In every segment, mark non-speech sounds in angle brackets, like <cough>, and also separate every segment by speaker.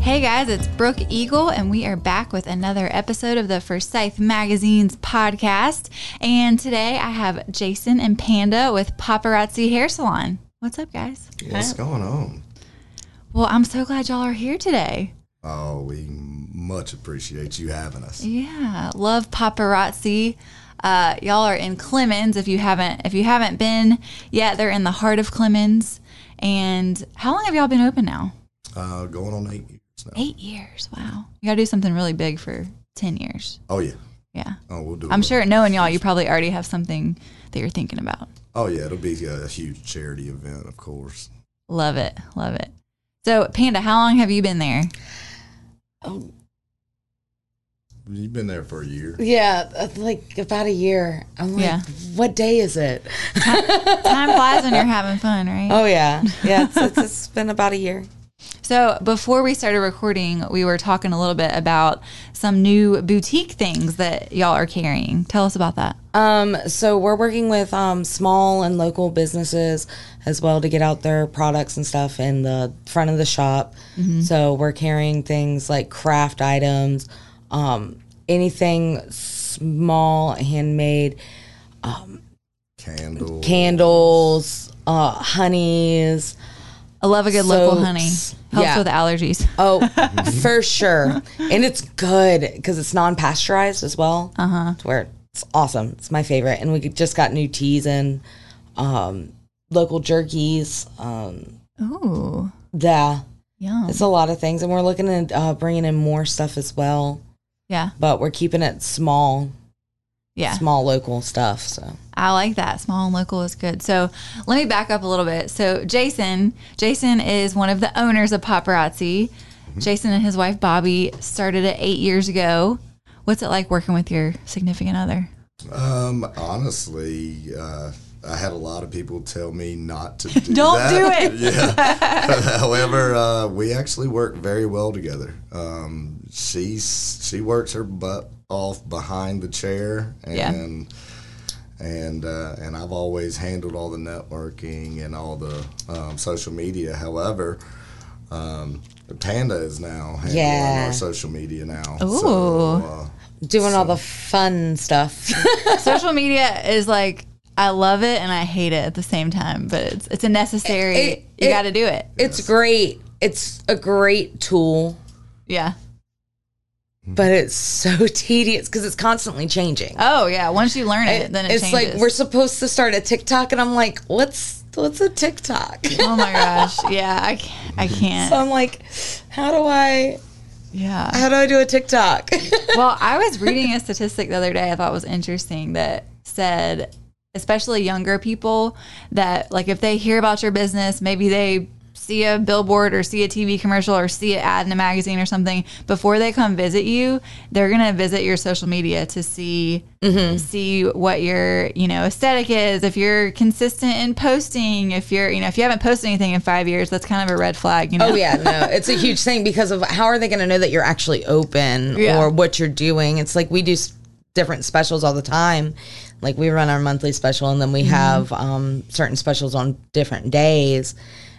Speaker 1: Hey guys, it's Brooke Eagle, and we are back with another episode of the Forsyth Magazine's podcast. And today I have Jason and Panda with Paparazzi Hair Salon. What's up, guys?
Speaker 2: What's going on?
Speaker 1: Well, I'm so glad y'all are here today.
Speaker 2: Oh, we much appreciate you having us.
Speaker 1: Yeah, love paparazzi. Uh, y'all are in Clemens. If you haven't, if you haven't been yet, they're in the heart of Clemens. And how long have y'all been open now?
Speaker 2: Uh, going on eight years now.
Speaker 1: Eight years. Wow. You got to do something really big for ten years.
Speaker 2: Oh yeah.
Speaker 1: Yeah.
Speaker 2: Oh, we'll do.
Speaker 1: I'm
Speaker 2: it.
Speaker 1: sure knowing y'all, you probably already have something that you're thinking about.
Speaker 2: Oh yeah, it'll be a huge charity event, of course.
Speaker 1: Love it. Love it. So, Panda, how long have you been there?
Speaker 2: You've been there for a year.
Speaker 3: Yeah, uh, like about a year. I'm like,
Speaker 1: Yeah.
Speaker 3: what day is it?
Speaker 1: Time flies when you're having fun, right?
Speaker 3: Oh yeah, yeah. It's, <laughs> it's, it's been about a year.
Speaker 1: So, before we started recording, we were talking a little bit about some new boutique things that y'all are carrying. Tell us about that.
Speaker 3: Um, so we're working with um, small and local businesses as well to get out their products and stuff in the front of the shop. So we're carrying things like craft items, um, anything small, handmade,
Speaker 2: Candle.
Speaker 3: candles, uh, honeys.
Speaker 1: I love a good local honey. Helps
Speaker 3: Soaps. Yeah.
Speaker 1: with allergies.
Speaker 3: Oh, for sure. And it's good because it's non pasteurized as well. Uh
Speaker 1: Uh-huh.
Speaker 3: huh. It's where it's awesome. It's my favorite. And we just got new teas and um, local jerkies. Um,
Speaker 1: Ooh,
Speaker 3: yeah,
Speaker 1: yum.
Speaker 3: it's a lot of things. And we're looking at uh, bringing in more stuff as well,
Speaker 1: Yeah,
Speaker 3: but we're keeping it small,
Speaker 1: yeah.
Speaker 3: small local stuff. So,
Speaker 1: I like that. Small and local is good. So let me back up a little bit. So Jason, Jason is one of the owners of Paparazzi.
Speaker 3: Mm-hmm.
Speaker 1: Jason and his wife Bobby started it eight years ago. What's it like working with your significant other?
Speaker 2: Um, honestly, uh, I had a lot of people tell me
Speaker 1: <laughs>
Speaker 2: not to do
Speaker 1: Don't
Speaker 2: that.
Speaker 1: do it.
Speaker 2: <laughs> yeah. <laughs> However, uh, we actually work very well together. Um, she's she works her butt off behind the chair,
Speaker 1: Yeah.
Speaker 2: and and uh, and I've always handled all the networking and all the um, social media. However. Um, Panda is now handling
Speaker 3: Yeah.
Speaker 2: our social media now.
Speaker 1: Ooh.
Speaker 2: uh,
Speaker 3: doing all the fun stuff. <laughs>
Speaker 1: Social media is like I love it and I hate it at the same time, but it's it's a necessary.
Speaker 3: It-
Speaker 1: you
Speaker 3: it-
Speaker 1: got to do it.
Speaker 3: it's great. It's a great tool,
Speaker 1: Yeah.
Speaker 3: but it's so <laughs> tedious because it's constantly changing.
Speaker 1: Oh yeah. Once you learn it,
Speaker 3: It-
Speaker 1: then it
Speaker 3: it's
Speaker 1: changes.
Speaker 3: like we're supposed to start a TikTok, and I'm like, what's what's a TikTok?
Speaker 1: oh my gosh. Yeah. I can't. I
Speaker 3: <laughs> so
Speaker 1: can't.
Speaker 3: I'm like, how do I
Speaker 1: Yeah.
Speaker 3: how do I do a TikTok? <laughs>
Speaker 1: well, I was reading a statistic the other day I thought was interesting that said, especially younger people, that like if they hear about your business, maybe they see a billboard or see a TV commercial or see an ad in a magazine or something before they come visit you, they're gonna visit your social media to see
Speaker 3: Mm-hmm.
Speaker 1: see what your you know aesthetic is. If you're consistent in posting, if you're you know if you haven't posted anything in five years, that's kind of a red flag. You know,
Speaker 3: oh yeah, no, it's a huge thing because of how are they going to know that you're actually open
Speaker 1: Yeah.
Speaker 3: or what you're doing? It's like we do s- different specials all the time. Like we run our monthly special, and
Speaker 1: Mm-hmm.
Speaker 3: then we have um, certain specials on different days.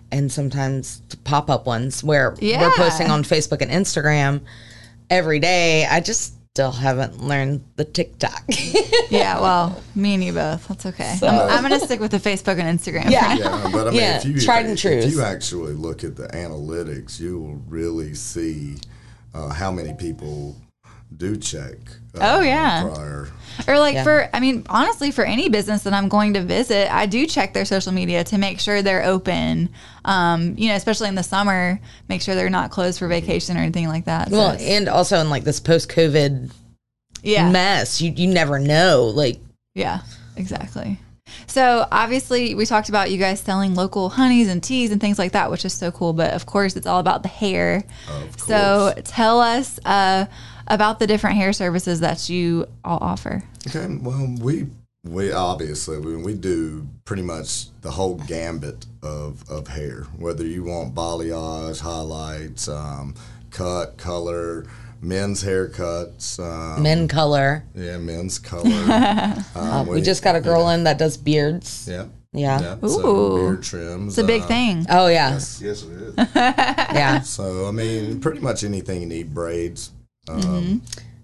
Speaker 3: And sometimes pop up ones where
Speaker 1: Yeah.
Speaker 3: we're posting on Facebook and Instagram every day. I just still haven't learned the TikTok. <laughs>
Speaker 1: Yeah, well, me and you both. That's okay. I'm, I'm gonna stick with the Facebook and Instagram.
Speaker 3: Yeah.
Speaker 2: yeah, but I mean,
Speaker 3: Yeah,
Speaker 2: if you
Speaker 3: tried and true.
Speaker 2: If you actually look at the analytics, you will really see uh, how many people do check. Uh,
Speaker 1: Oh, yeah.
Speaker 2: prior.
Speaker 1: Or like for, I mean, honestly, for any business that I'm going to visit, I do check their social media to make sure they're open. Um, you know, especially in the summer, make sure they're not closed for vacation or anything like that. So,
Speaker 3: well, and also in like this post COVID
Speaker 1: yeah,
Speaker 3: mess, you, you never know. Like,
Speaker 1: yeah, exactly. So obviously, we talked about you guys selling local honeys and teas and things like that, which is so cool. But of course, it's all about the hair.
Speaker 2: Of
Speaker 1: So tell us uh, about the different hair services that you all offer.
Speaker 2: Okay, well, we we obviously we, we do pretty much the whole gambit of of hair, whether you want balayage, highlights, um, cut, color, men's haircuts, um,
Speaker 3: men color.
Speaker 1: <laughs>
Speaker 2: yeah, men's color. um,
Speaker 3: We just got a girl in that does beards.
Speaker 2: yeah.
Speaker 3: Yeah.
Speaker 2: Yeah, so
Speaker 1: Ooh.
Speaker 2: beard trims.
Speaker 1: It's a big
Speaker 2: uh,
Speaker 1: thing.
Speaker 3: Oh yeah.
Speaker 4: Yes, it is.
Speaker 3: <laughs> Yeah.
Speaker 2: So I mean, pretty much anything you need braids. Um,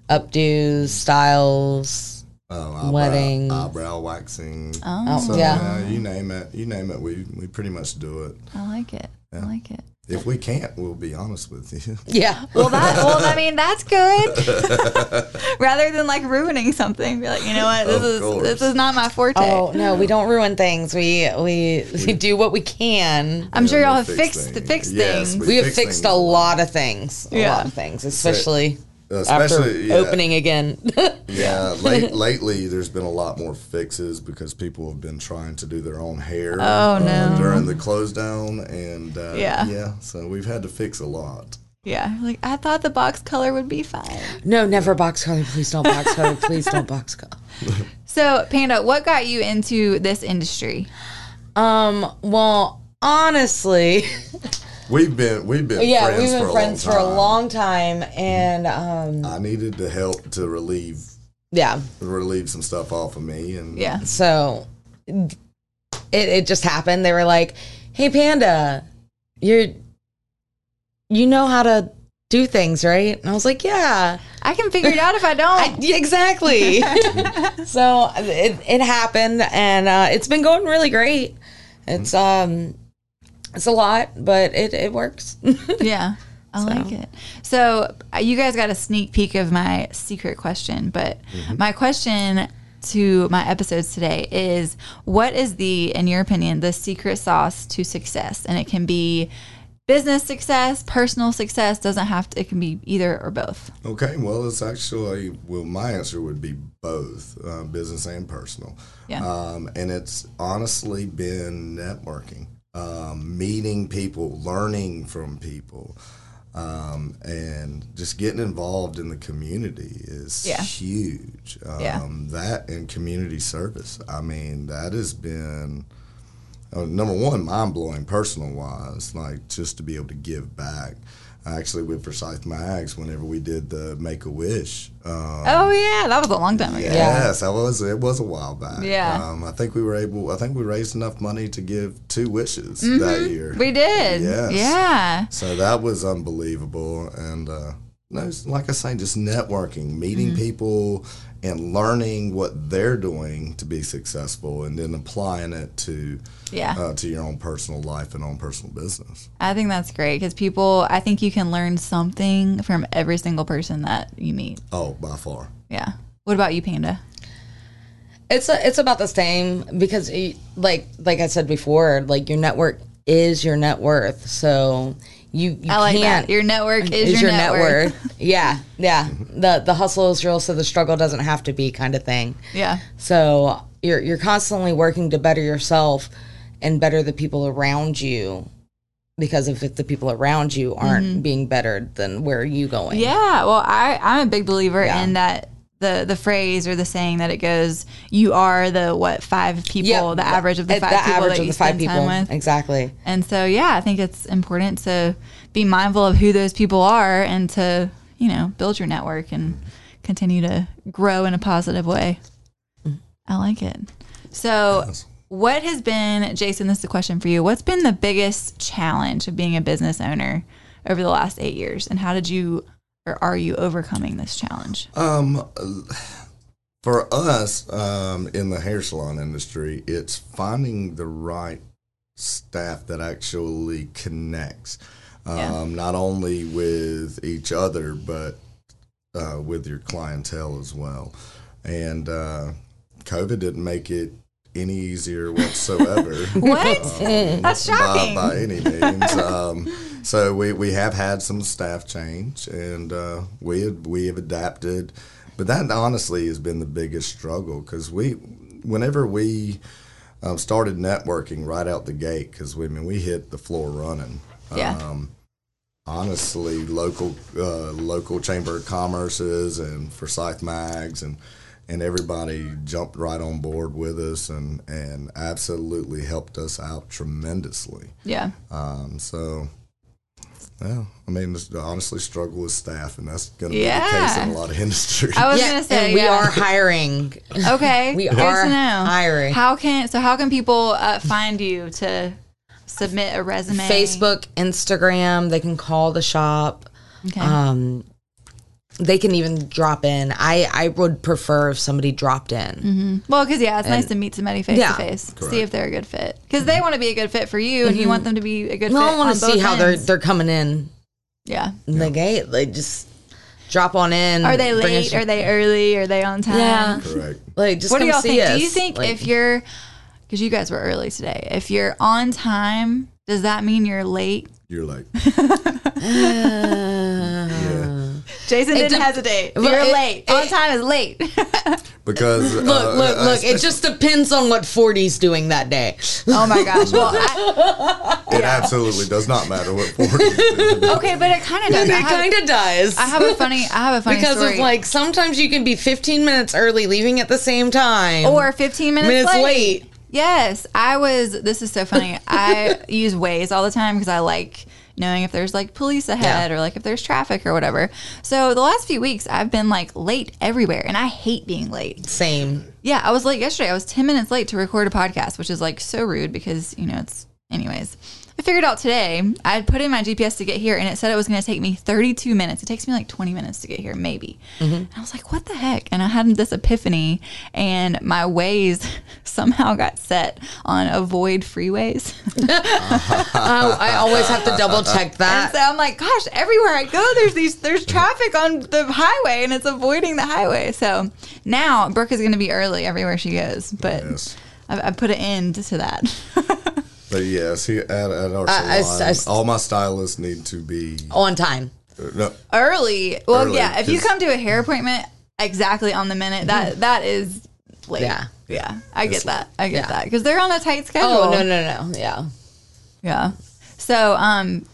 Speaker 3: Updos, styles.
Speaker 2: um, eyebrow,
Speaker 3: Weddings.
Speaker 2: eyebrow waxing.
Speaker 1: Oh,
Speaker 2: So,
Speaker 3: Yeah.
Speaker 2: yeah, you name it, you name it. We we pretty much do it.
Speaker 1: I like it. I like it.
Speaker 2: If we can't, we'll be honest with you.
Speaker 3: Yeah. <laughs>
Speaker 1: Well, that well, I mean, that's good.
Speaker 2: <laughs>
Speaker 1: Rather than like ruining something, be like, you know what, this
Speaker 2: Of
Speaker 1: is
Speaker 2: course.
Speaker 1: this is not my forte.
Speaker 3: Oh no, we don't ruin things. We we we do what we can.
Speaker 1: I'm sure
Speaker 2: Yeah,
Speaker 1: y'all
Speaker 2: we
Speaker 1: have
Speaker 2: fix
Speaker 1: fixed
Speaker 2: things.
Speaker 1: fixed
Speaker 2: Yes,
Speaker 1: things.
Speaker 3: We have
Speaker 2: Fix
Speaker 3: fixed
Speaker 2: things.
Speaker 3: a lot of things. A
Speaker 1: Yeah.
Speaker 3: lot of things, especially, after
Speaker 2: Especially yeah,
Speaker 3: opening again. <laughs>
Speaker 2: Yeah, late, lately there's been a lot more fixes because people have been trying to do their own hair.
Speaker 1: Oh,
Speaker 2: uh,
Speaker 1: no.
Speaker 2: During the close down, and uh,
Speaker 1: Yeah.
Speaker 2: yeah. So we've had to fix a lot.
Speaker 1: Yeah, like I thought the box color would be fine.
Speaker 3: <laughs> no, never box color. Please don't box
Speaker 2: <laughs>
Speaker 3: color. Please don't box color.
Speaker 1: So, Panda, what got you into this industry?
Speaker 3: Um. Well, honestly, <laughs>
Speaker 2: We've been we've been
Speaker 3: yeah,
Speaker 2: friends
Speaker 3: we've been
Speaker 2: for
Speaker 3: friends
Speaker 2: a long
Speaker 3: for a
Speaker 2: time.
Speaker 3: long time, and um,
Speaker 2: I needed the help to relieve
Speaker 3: yeah.
Speaker 2: relieve some stuff off of me, and
Speaker 1: Yeah.
Speaker 3: So it, it just happened. They were like, "Hey, Panda, you're you know how to do things, right?" And I was like, "Yeah,
Speaker 1: I can figure it out if I <laughs>
Speaker 3: I,
Speaker 1: don't.
Speaker 3: yeah, exactly." <laughs> so it, it happened, and uh, it's been going really great. It's um, it's a lot, but it it works. <laughs>
Speaker 1: yeah. I like it. So, uh, you guys got a sneak peek of my secret question, but my question to my episodes today is what is the, in your opinion, the secret sauce to success? And it can be business success, personal success, doesn't have to, it can be either or both.
Speaker 2: Okay, well, it's actually well, my answer would be both uh, business and personal.
Speaker 1: Yeah.
Speaker 2: Um, and it's honestly been networking, um, meeting people, learning from people, um, and just getting involved in the community is
Speaker 1: Yeah.
Speaker 2: huge. Um,
Speaker 1: Yeah.
Speaker 2: That and community service. I mean, that has been. Uh, number one, mind blowing personal wise, like just to be able to give back. Actually, with Forsyth Mags, whenever we did the Make a Wish, um,
Speaker 1: Oh, yeah. That was a long time ago.
Speaker 2: yes, that was it was a while back.
Speaker 1: Yeah.
Speaker 2: um, I think we were able. I think we raised enough money to give two wishes that year.
Speaker 1: We did.
Speaker 2: Yes.
Speaker 1: Yeah.
Speaker 2: so that was unbelievable, and uh, no, it's- like I say, just networking, meeting people, and learning what they're doing to be successful, and then applying it to
Speaker 1: Yeah.
Speaker 2: uh, to your own personal life and own personal business.
Speaker 1: I think that's great because people, I think you can learn something from every single person that you meet.
Speaker 2: Oh, by far.
Speaker 1: Yeah. What about you, Panda?
Speaker 3: It's a, it's about the same because y- like like I said before, like your network is your net worth. So you you
Speaker 1: I like
Speaker 3: can't
Speaker 1: that. Your network is, your, net worth.
Speaker 3: <laughs> yeah, yeah. The the hustle is real, so the struggle doesn't have to be kind of thing.
Speaker 1: Yeah.
Speaker 3: So you're you're constantly working to better yourself and better the people around you. Because if, if the people around you aren't being bettered, then where are you going?
Speaker 1: Mm-hmm. Yeah. Well, I, I'm a big believer
Speaker 3: Yeah.
Speaker 1: in that. The, the phrase or the saying that it goes, you are the what five people,
Speaker 3: Yep.
Speaker 1: the average of the
Speaker 3: It's
Speaker 1: five people that you spend time with.
Speaker 3: Exactly.
Speaker 1: And so, yeah, I think it's important to be mindful of who those people are and to, you know, build your network and continue to grow in a positive way. I like it. So, what has been, Jason, this is a question for you. What's been the biggest challenge of being a business owner over the last eight years? And how did you or are you overcoming this challenge?
Speaker 2: Um, for us um, in the hair salon industry, it's finding the right staff that actually connects, um,
Speaker 1: Yeah.
Speaker 2: not only with each other but uh, with your clientele as well. And uh, COVID didn't make it any easier whatsoever.
Speaker 3: <laughs>
Speaker 2: <laughs>
Speaker 1: What?
Speaker 2: Um,
Speaker 1: That's shocking.
Speaker 2: By, by any means. Um, so we, we have had some staff change, and uh, we have, we have adapted. But that honestly has been the biggest struggle because we, whenever we um, started networking right out the gate, because we I mean we hit the floor running.
Speaker 1: Yeah.
Speaker 2: Um, honestly, local uh, local chamber of commerces and Forsyth Mags and and everybody jumped right on board with us and and absolutely helped us out tremendously.
Speaker 1: yeah.
Speaker 2: Um, so Yeah, I mean, it's- honestly, struggle with staff, and that's going to be the case
Speaker 1: Yeah.
Speaker 2: in a lot of <laughs> industries.
Speaker 1: I was
Speaker 3: Yeah,
Speaker 1: gonna say
Speaker 3: and we
Speaker 1: yeah.
Speaker 3: are hiring.
Speaker 1: Okay,
Speaker 3: <laughs> We
Speaker 1: good to
Speaker 3: are
Speaker 1: know.
Speaker 3: hiring.
Speaker 1: How can so? How can people uh, find you to submit a resume?
Speaker 3: Facebook, Instagram. They can call the shop.
Speaker 1: Okay.
Speaker 3: Um, they can even drop in. I I would prefer if somebody dropped in.
Speaker 1: Well, because yeah, it's nice to meet somebody face
Speaker 3: Yeah. Mm-hmm.
Speaker 1: to face, see if they're a good fit. Because they want to be a a good fit for you, and you want them to be a good.
Speaker 3: Well,
Speaker 1: fit
Speaker 3: I want
Speaker 1: on
Speaker 3: to
Speaker 1: both
Speaker 3: see how they're
Speaker 1: ends.
Speaker 3: they're coming in
Speaker 1: Yeah.
Speaker 3: the gate. Like just drop on in.
Speaker 1: Are they
Speaker 3: bring
Speaker 1: late?
Speaker 3: us-
Speaker 1: Are they early? Are they on time?
Speaker 3: yeah.
Speaker 2: Correct.
Speaker 3: Like just
Speaker 1: What do
Speaker 3: come
Speaker 1: y'all
Speaker 3: see
Speaker 1: think?
Speaker 3: us.
Speaker 1: Do you think
Speaker 3: Like,
Speaker 1: if you're, because you guys were early today, if you're on time, does that mean you're late?
Speaker 2: You're like,
Speaker 3: uh,
Speaker 2: yeah.
Speaker 1: Jason didn't
Speaker 3: dep-
Speaker 1: hesitate.
Speaker 3: Well,
Speaker 1: you're
Speaker 3: it-
Speaker 1: late. on
Speaker 3: it-
Speaker 1: time is late.
Speaker 2: Because uh,
Speaker 3: Look, look,
Speaker 2: uh,
Speaker 3: look! It just depends on what 40's doing that <laughs> day.
Speaker 1: <laughs> oh my gosh. Well,
Speaker 3: <laughs>
Speaker 1: I,
Speaker 2: it absolutely does not matter what board you do.
Speaker 1: okay, but it kind of does. I
Speaker 3: it
Speaker 1: have,
Speaker 3: kind of does.
Speaker 1: I have a funny. I have a funny
Speaker 3: because
Speaker 1: story.
Speaker 3: of like sometimes you can be 15 minutes early leaving at the same time
Speaker 1: or 15 minutes,
Speaker 3: minutes
Speaker 1: late.
Speaker 3: late.
Speaker 1: Yes, I was. This is so funny. I <laughs> use Waze all the time because I like knowing if there's like police ahead or like if there's traffic or whatever. So the last few weeks, I've been like late everywhere, and I hate being late.
Speaker 3: Same.
Speaker 1: Yeah, I was late yesterday. I was 10 minutes late to record a podcast, which is like so rude because, you know, it's, anyways. I figured out today, I had put in my GPS to get here and it said it was going to take me 32 minutes. It takes me like 20 minutes to get here, maybe. And I was like, what the heck? And I had this epiphany, and my ways <laughs> somehow got set on avoid freeways. <laughs>
Speaker 3: Oh, <laughs> I always have to double <laughs> check
Speaker 1: and
Speaker 3: that.
Speaker 1: so I'm like, gosh, everywhere I go, there's these, there's traffic on the highway and it's avoiding the highway. So now Brooke is going to be early everywhere she goes. But.
Speaker 2: Yes.
Speaker 1: I, I put an end to that. <laughs>
Speaker 2: But yes, he, at, at our
Speaker 3: I- I-
Speaker 2: salon,
Speaker 3: I-
Speaker 2: all my stylists need to be.
Speaker 3: On time.
Speaker 2: uh, no,
Speaker 1: Early. Well,
Speaker 2: Early,
Speaker 1: yeah. If you
Speaker 2: 'cause- Mm-hmm.
Speaker 1: come to a hair appointment exactly on the minute, that that is late.
Speaker 3: Yeah.
Speaker 1: Yeah. I get
Speaker 2: It's late.
Speaker 1: that. I get
Speaker 3: Yeah.
Speaker 1: that because they're on a tight schedule.
Speaker 3: Oh no no no yeah.
Speaker 1: Yeah. So um,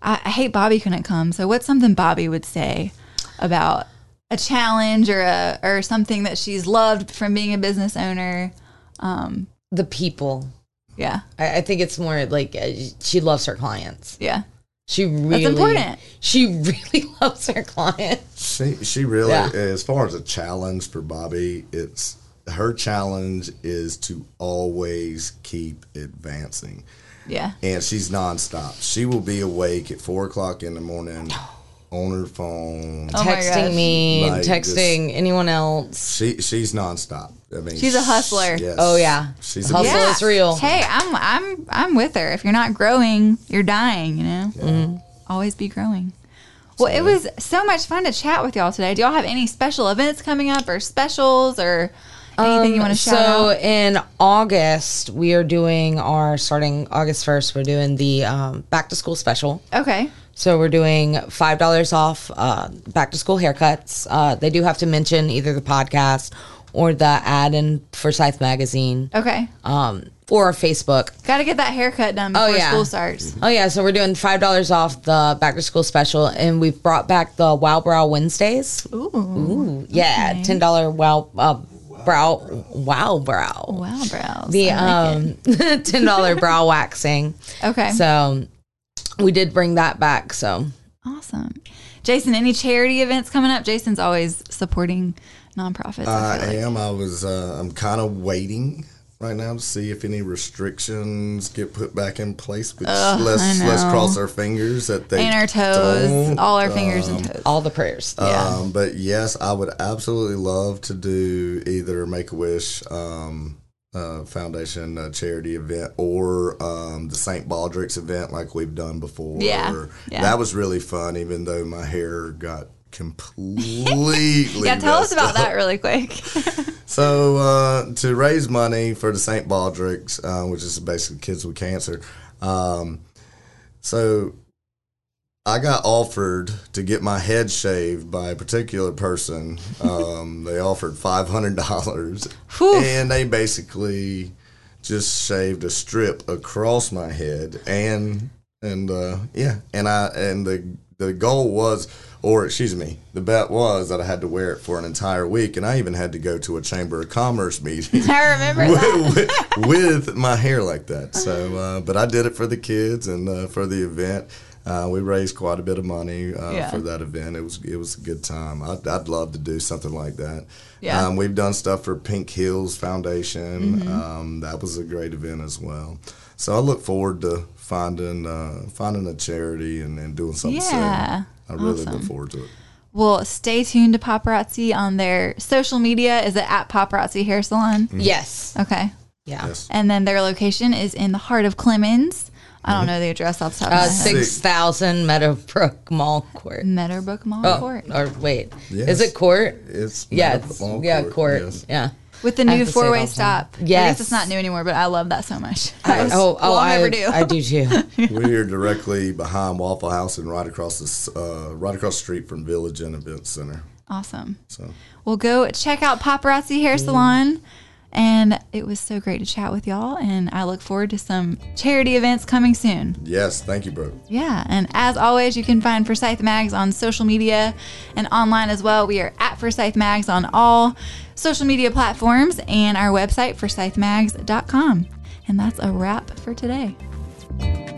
Speaker 1: I, I hate Bobby couldn't come. So what's something Bobby would say about a challenge or a or something that she's loved from being a business owner? Um,
Speaker 3: The people.
Speaker 1: yeah.
Speaker 3: I, I think it's more like uh, she loves her clients.
Speaker 1: Yeah.
Speaker 3: She really
Speaker 1: important.
Speaker 3: She really <laughs> loves her clients.
Speaker 2: she she really, eh,
Speaker 3: Yeah.
Speaker 2: as far as a challenge for Bobby, it's her challenge is to always keep advancing.
Speaker 1: Yeah.
Speaker 2: and she's nonstop. She will be awake at four o'clock in the morning
Speaker 3: Oh.
Speaker 2: on her phone.
Speaker 1: Oh my gosh.
Speaker 3: texting me,
Speaker 2: Like,
Speaker 3: texting anyone else.
Speaker 2: She she's nonstop. I mean,
Speaker 1: She's a hustler.
Speaker 2: yes.
Speaker 3: Oh yeah.
Speaker 2: she's
Speaker 3: Hustle
Speaker 2: a
Speaker 3: is real.
Speaker 1: Hey, I'm I'm I'm with her. If you're not growing, you're dying. You know,
Speaker 3: Mm-hmm.
Speaker 1: always be growing. Well, it was so much fun to chat with y'all today. Do y'all have any special events coming up or specials or anything you want to shout
Speaker 3: Um, so
Speaker 1: out?
Speaker 3: in August, we are doing our starting August first. We're doing the um, back to school special.
Speaker 1: Okay.
Speaker 3: So we're doing five dollars off uh, back to school haircuts. Uh, they do have to mention either the podcast or the ad in Forsyth Magazine
Speaker 1: Okay.
Speaker 3: um, or our Facebook.
Speaker 1: Got to get that haircut done before
Speaker 3: Oh, yeah.
Speaker 1: school starts.
Speaker 3: Oh yeah, so we're doing five dollars off the back to school special, and we've brought back the Wow Brow Wednesdays.
Speaker 1: Ooh.
Speaker 3: Ooh, yeah, ten dollar Wow uh, Brow Wow Brow.
Speaker 1: Wow, brows.
Speaker 3: The
Speaker 1: I like
Speaker 3: um <laughs> ten dollar
Speaker 1: <laughs>
Speaker 3: brow waxing.
Speaker 1: it. okay.
Speaker 3: So we did bring that back. So
Speaker 1: awesome. Jason, any charity events coming up? Jason's always supporting nonprofits. I
Speaker 2: I
Speaker 1: feel like.
Speaker 2: am. I was. Uh, I'm kind of waiting right now to see if any restrictions get put back in place. But let's
Speaker 1: I
Speaker 2: let's
Speaker 1: know.
Speaker 2: cross our fingers that they
Speaker 1: And our toes,
Speaker 2: don't.
Speaker 1: all our fingers and toes.
Speaker 3: all the prayers.
Speaker 2: Um, but yes, I would absolutely love to do either Make a Wish um, uh, Foundation uh, charity event or um, the St. Baldrick's event like we've done before.
Speaker 1: Yeah, yeah.
Speaker 2: That was really fun, even though my
Speaker 1: <laughs>
Speaker 2: hair got completely.
Speaker 1: Yeah, tell us
Speaker 2: messed
Speaker 1: about
Speaker 2: up.
Speaker 1: that really quick.
Speaker 3: <laughs>
Speaker 2: So uh, to raise money for the St. Baldrick's, uh, which is basically kids with cancer. Um, so I got offered to get my head shaved by a particular person. Um, they offered five hundred dollars,
Speaker 1: Whew.
Speaker 2: and they basically just shaved a strip across my head, and and uh, yeah, and I and the the goal was, or excuse me, the bet was that I had to wear it for an entire week, and I even had to go to a chamber of commerce meeting.
Speaker 1: I remember that.
Speaker 2: with, with my hair like that. So, uh, but I did it for the kids and uh, for the event. Uh, we raised quite a bit of money uh,
Speaker 1: Yeah.
Speaker 2: for that event. It was it was a good time. I'd, I'd love to do something like that.
Speaker 1: Yeah. Mm-hmm.
Speaker 2: Um, we've done stuff for Pink Hills Foundation. Um, that was a great event as well. So I look forward to finding uh, finding a charity and, and doing something. soon.
Speaker 1: Yeah.
Speaker 2: I really look forward to it.
Speaker 1: Well, stay tuned to Paparazzi on their social media. Is it at Paparazzi Hair Salon?
Speaker 3: Yes.
Speaker 1: Okay.
Speaker 3: Yeah.
Speaker 2: Yes.
Speaker 1: And then their location is in the heart of Clemens. I don't know the address off the top of my
Speaker 3: Uh,
Speaker 1: head.
Speaker 2: Six.
Speaker 3: six thousand Meadowbrook Mall Court.
Speaker 1: Mm. Meadowbrook Mall
Speaker 3: Oh,
Speaker 1: Court.
Speaker 3: or wait,
Speaker 2: Yes.
Speaker 3: is it court?
Speaker 2: It's
Speaker 3: Yeah,
Speaker 2: Meadow-
Speaker 3: it's,
Speaker 2: Lawn
Speaker 3: yeah, court.
Speaker 2: yes.
Speaker 3: Yeah.
Speaker 1: With the
Speaker 3: I
Speaker 1: new
Speaker 3: have to say it
Speaker 1: four way
Speaker 3: all the time.
Speaker 1: stop. I guess
Speaker 3: Yes.
Speaker 1: it's not new anymore, but I love that so much.
Speaker 3: oh, oh,
Speaker 1: Long
Speaker 3: <laughs> I,
Speaker 1: overdue.
Speaker 3: I do too.
Speaker 2: We are directly behind Waffle House and right across the s- uh, right across the street from Village and Event Center.
Speaker 1: Awesome.
Speaker 2: So
Speaker 1: Well, go check out Paparazzi
Speaker 3: Mm.
Speaker 1: Hair Salon. And it was so great to chat with y'all. And I look forward to some charity events coming soon.
Speaker 2: yes, thank you, Brooke.
Speaker 1: Yeah, and as always, you can find Forsyth Mags on social media and online as well. We are at Forsyth Mags on all social media platforms and our website, forsythmags.com. And that's a wrap for today.